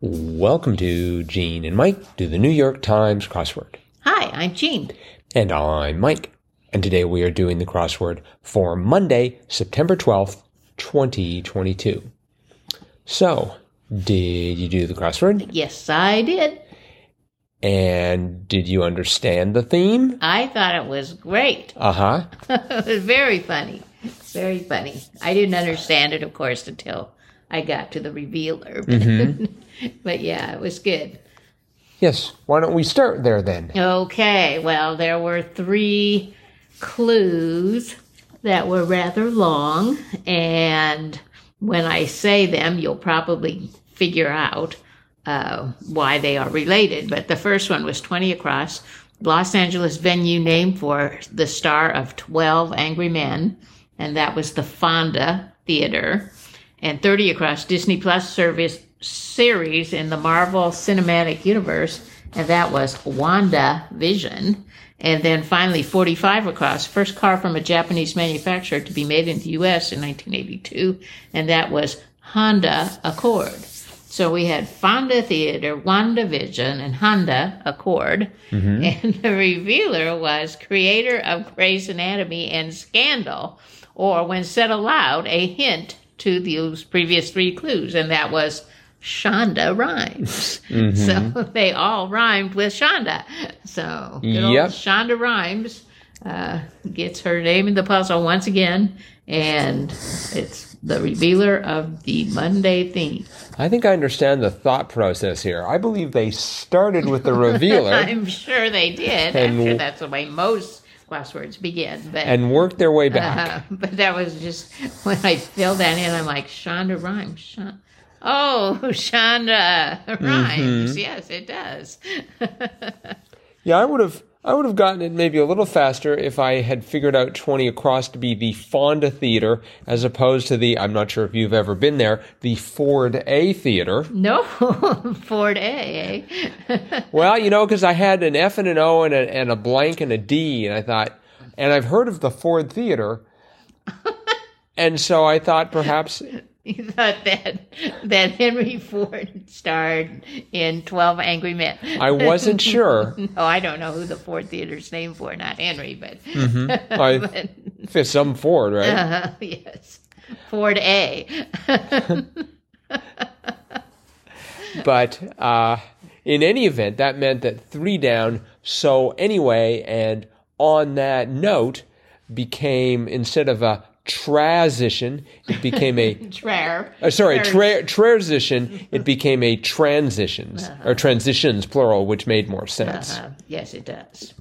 Welcome to Gene and Mike do the New York Times crossword. Hi, I'm Jean. And I'm Mike. And today we are doing the crossword for Monday, September 12th, 2022. So, did you do the crossword? Yes, I did. And did you understand the theme? I thought it was great. Uh huh. it was very funny. Very funny. I didn't understand it, of course, until I got to the revealer. but yeah, it was good. Yes. Why don't we start there then? Okay, well, there were three clues that were rather long, and when I say them, you'll probably figure out uh, why they are related. But the first one was 20 across, Los Angeles venue named for the star of 12 Angry Men, and that was the Fonda Theater and 30 across Disney Plus service series in the Marvel Cinematic Universe, and that was Wanda Vision. And then finally, 45 across, first car from a Japanese manufacturer to be made in the US in 1982, and that was Honda Accord. So we had Fonda Theater, Wanda Vision, and Honda Accord. And the revealer was creator of Grey's Anatomy and Scandal, or when said aloud, a hint to those previous three clues, and that was Shonda Rhimes. So they all rhymed with Shonda. So good old Yep. Shonda Rhimes uh, gets her name in the puzzle once again, and it's the revealer of the Monday theme. I think I understand the thought process here. I believe they started with the revealer I'm sure they did. And- I'm sure that's the way most crosswords begin. But and worked their way back. uh, but that was just when I filled that in. I'm like Shonda Rhimes. Shon- oh, Shonda Mm-hmm. Rhimes. Yes, it does. Yeah, I would have I would have gotten it maybe a little faster if I had figured out 20 across to be the Fonda Theater as opposed to the I'm not sure if you've ever been there, the Ford A Theater. No, Ford A. eh? Well, you know, cuz I had an F and an O and a, and a blank and a D and I thought and I've heard of the Ford Theater. and so I thought perhaps you thought that that Henry Ford starred in Twelve Angry Men. I wasn't sure. no, I don't know who the Ford Theater's named for. Not Henry, but Hmm. I for some Ford, right? uh, yes, Ford A. But uh, in any event, that meant that three down. So anyway, and on that note, became instead of a transition, it became a Traer. uh, sorry tra- transition. It became a transitions or transitions plural, which made more sense. Uh, yes, it does.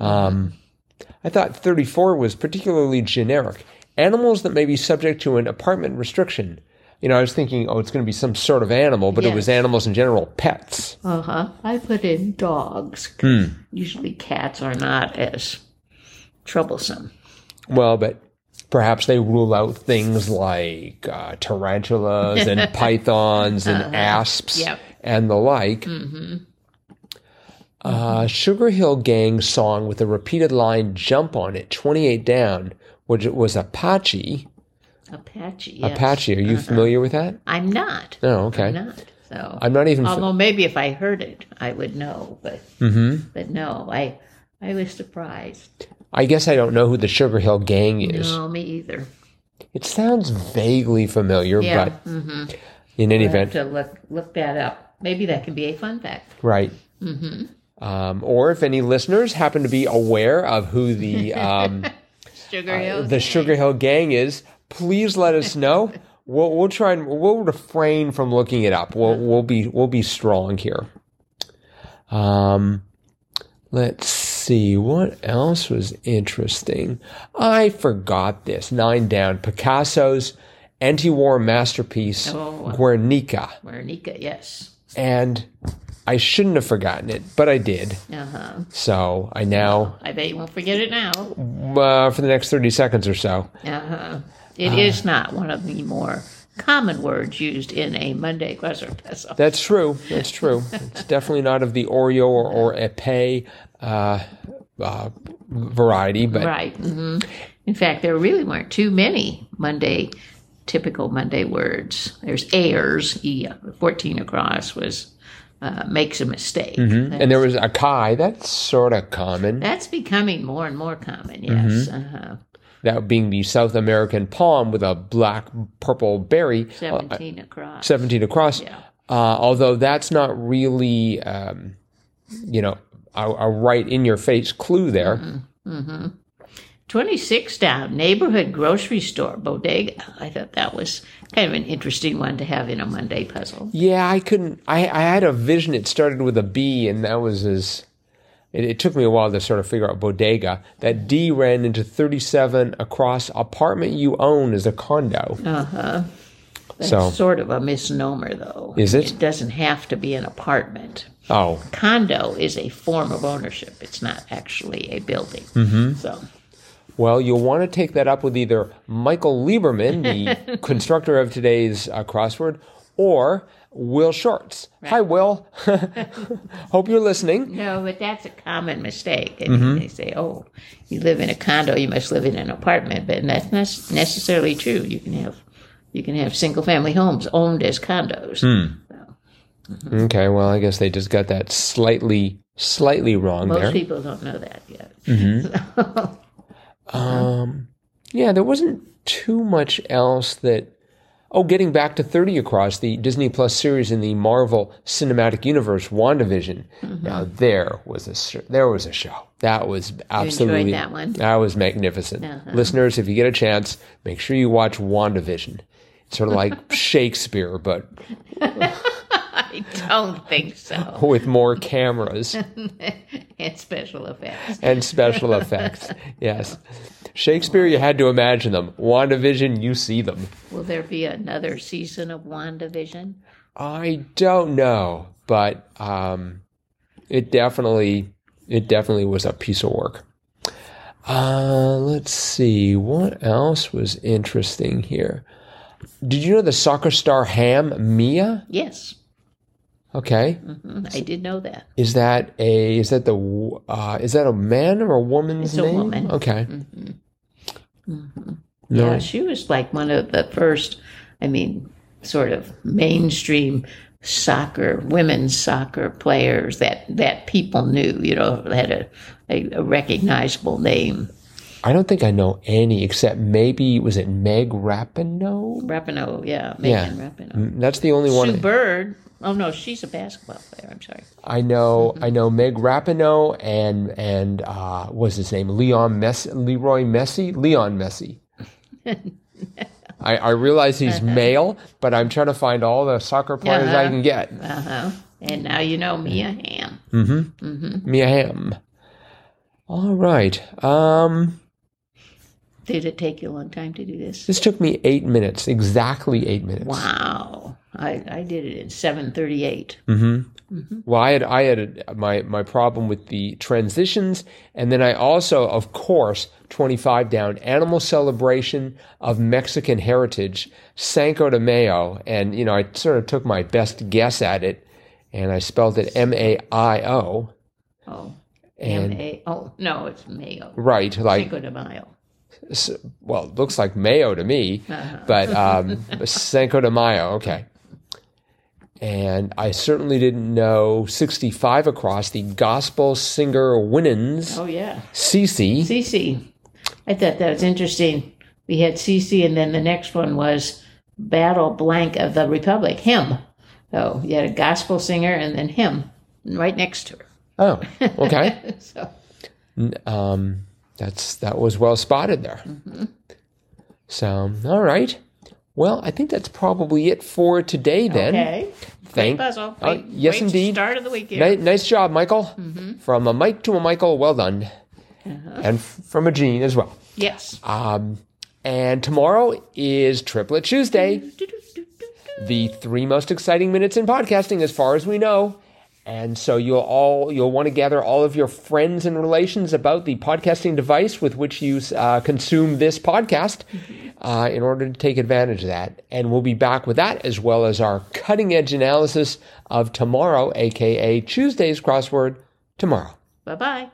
I thought 34 was particularly generic. Animals that may be subject to an apartment restriction. You know, I was thinking, oh, it's going to be some sort of animal, but it was Yes. animals in general, pets. Uh huh. I put in dogs. Hmm. Usually cats are not as troublesome. Well, but perhaps they rule out things like uh, tarantulas and pythons and asps Uh-huh. Yep. Mm-hmm. and the like. Uh, Sugar Hill Gang song with a repeated line "Jump on it, 28 down," which it was Apache. Apache. Yes. Uh-huh. Apache, are you familiar with that? I'm not. No, okay. I'm not. So I'm not even. fa- although maybe if I heard it, I would know. But Mm-hmm. but no, I I was surprised. I guess I don't know who the Sugar Hill Gang is. No, me either. It sounds vaguely familiar, Yeah. Mm-hmm. but in any I event, have to look look that up. Maybe that can be a fun fact. Right. Um, or if any listeners happen to be aware of who the um, Sugar Hill. the Sugar Hill Gang is, please let us know. We'll, we'll try and we'll refrain from looking it up. We'll we'll be we'll be strong here. Um, let's see what else was interesting. I forgot this. Nine down. Picasso's anti-war masterpiece Oh. Guernica, Guernica. Yes. and I shouldn't have forgotten it, but I did. Uh huh. So I now, I bet you won't forget it now. uh, for the next 30 seconds or so, Uh-huh. It is not one of the more common words used in a Monday crossword puzzle. that's true. That's true. it's definitely not of the Oreo or, or Epee uh, uh, variety, but Mm-hmm. right. hmm In fact, there really weren't too many Monday typical Monday words. There's airs, e, 14 across was uh, makes a mistake. That- And there was a kai. That's sort of common. that's becoming more and more common, yes. Uh-huh. That being the South American palm with a black purple berry, uh, 17 across. 17 across. Uh, although that's not really, um, you know, a, a right in your face clue there. 26 down, neighborhood grocery store, bodega. I thought that was kind of an interesting one to have in a Monday puzzle. Yeah, I couldn't. I, I had a vision. It started with a B, and that was as. It, it took me a while to sort of figure out bodega. That D ran into 37 across apartment you own is a condo. That's So- sort of a misnomer, though. Is it? It doesn't have to be an apartment. Oh, Condo is a form of ownership, it's not actually a building. Mm-hmm. So, Well, you'll want to take that up with either Michael Lieberman, the constructor of today's uh, crossword, or Will Shorts. Hi, Will. Hope you're listening. no, but that's a common mistake. And Mm-hmm. They say, oh, you live in a condo, you must live in an apartment, but that's not necessarily true. You can have. You can have single family homes owned as condos. Hmm. Okay, well, I guess they just got that slightly, slightly wrong Most there. Hmm. people don't know that yet. Yeah, there wasn't too much else that. Oh, getting back to 30 Across, the Disney Plus series in the Marvel Cinematic Universe, WandaVision. Mm-hmm. Now, there was, a, sh- there was a show. That was absolutely. that one? Uh-huh. That was magnificent. Listeners, if you get a chance, make sure you watch WandaVision. It's sort of like Shakespeare, but I don't think so. with more cameras And special effects. and special effects. Yes. Shakespeare, you had to imagine them. WandaVision, you see them. Will there be another season of WandaVision? I don't know, but um, it definitely it definitely was a piece of work. Uh, let's see what else was interesting here. Did you know the soccer star Ham Mia? Yes, Okay, Mm, I did know that. is that a is that the w- uh, is that a man or a woman's It's a name? woman. Mm-hmm. Okay, Yeah, she was like one of the first, I mean, sort of mainstream soccer, women's soccer players that, that people knew, you know, had a, a, a recognizable name. I don't think I know any except maybe was it Meg Rapinoe? Rapinoe, yeah, Yeah. Megan Rapinoe. That's the only one. Sue Bird. Oh, no, she's a basketball player. I'm sorry. I know, I know Meg Rapinoe and and uh, what's his name, Leon Messi, Leroy Messi, Leon Messi. I, I realize he's male, but I'm trying to find all the soccer players I Uh-huh. can get. Uh huh. And now you know Mia Hamm. Mia Hamm. All right. Um, Did it take you a long time to do this? this took me eight minutes, exactly eight minutes. Wow. I, I did it at 738. Mm. Well, I had I had my my problem with the transitions, and then I also, of course, twenty five down animal celebration of Mexican heritage, Sanco de Mayo, and you know I sort of took my best guess at it, and I spelled it M A I O, Oh. And- M-A- oh, no, it's Mayo. right? Like Cinco de Mayo. s- well, it looks like Mayo to me, but um, Sanco de Mayo, okay. And I certainly didn't know sixty five across the gospel singer Winans. Oh, yeah. Cece. Cece. I thought that was interesting. We had Cece, and then the next one was Battle Blank of the Republic, him. So you had a gospel singer and then him right next to her. Oh, okay. So um, that's that was well spotted there. So, all right. Well, I think that's probably it for today then. okay, Thank. puzzle. Uh, Great- yes, great indeed. Start of the weekend. Ni- nice job, Michael. From a Mike to a Michael, well done. And f- from a Gene as well. Yes. Um, and tomorrow is Triplet Tuesday. the three most exciting minutes in podcasting as far as we know and so you'll all you'll want to gather all of your friends and relations about the podcasting device with which you uh, consume this podcast uh, in order to take advantage of that and we'll be back with that as well as our cutting edge analysis of tomorrow aka tuesday's crossword tomorrow Bye bye.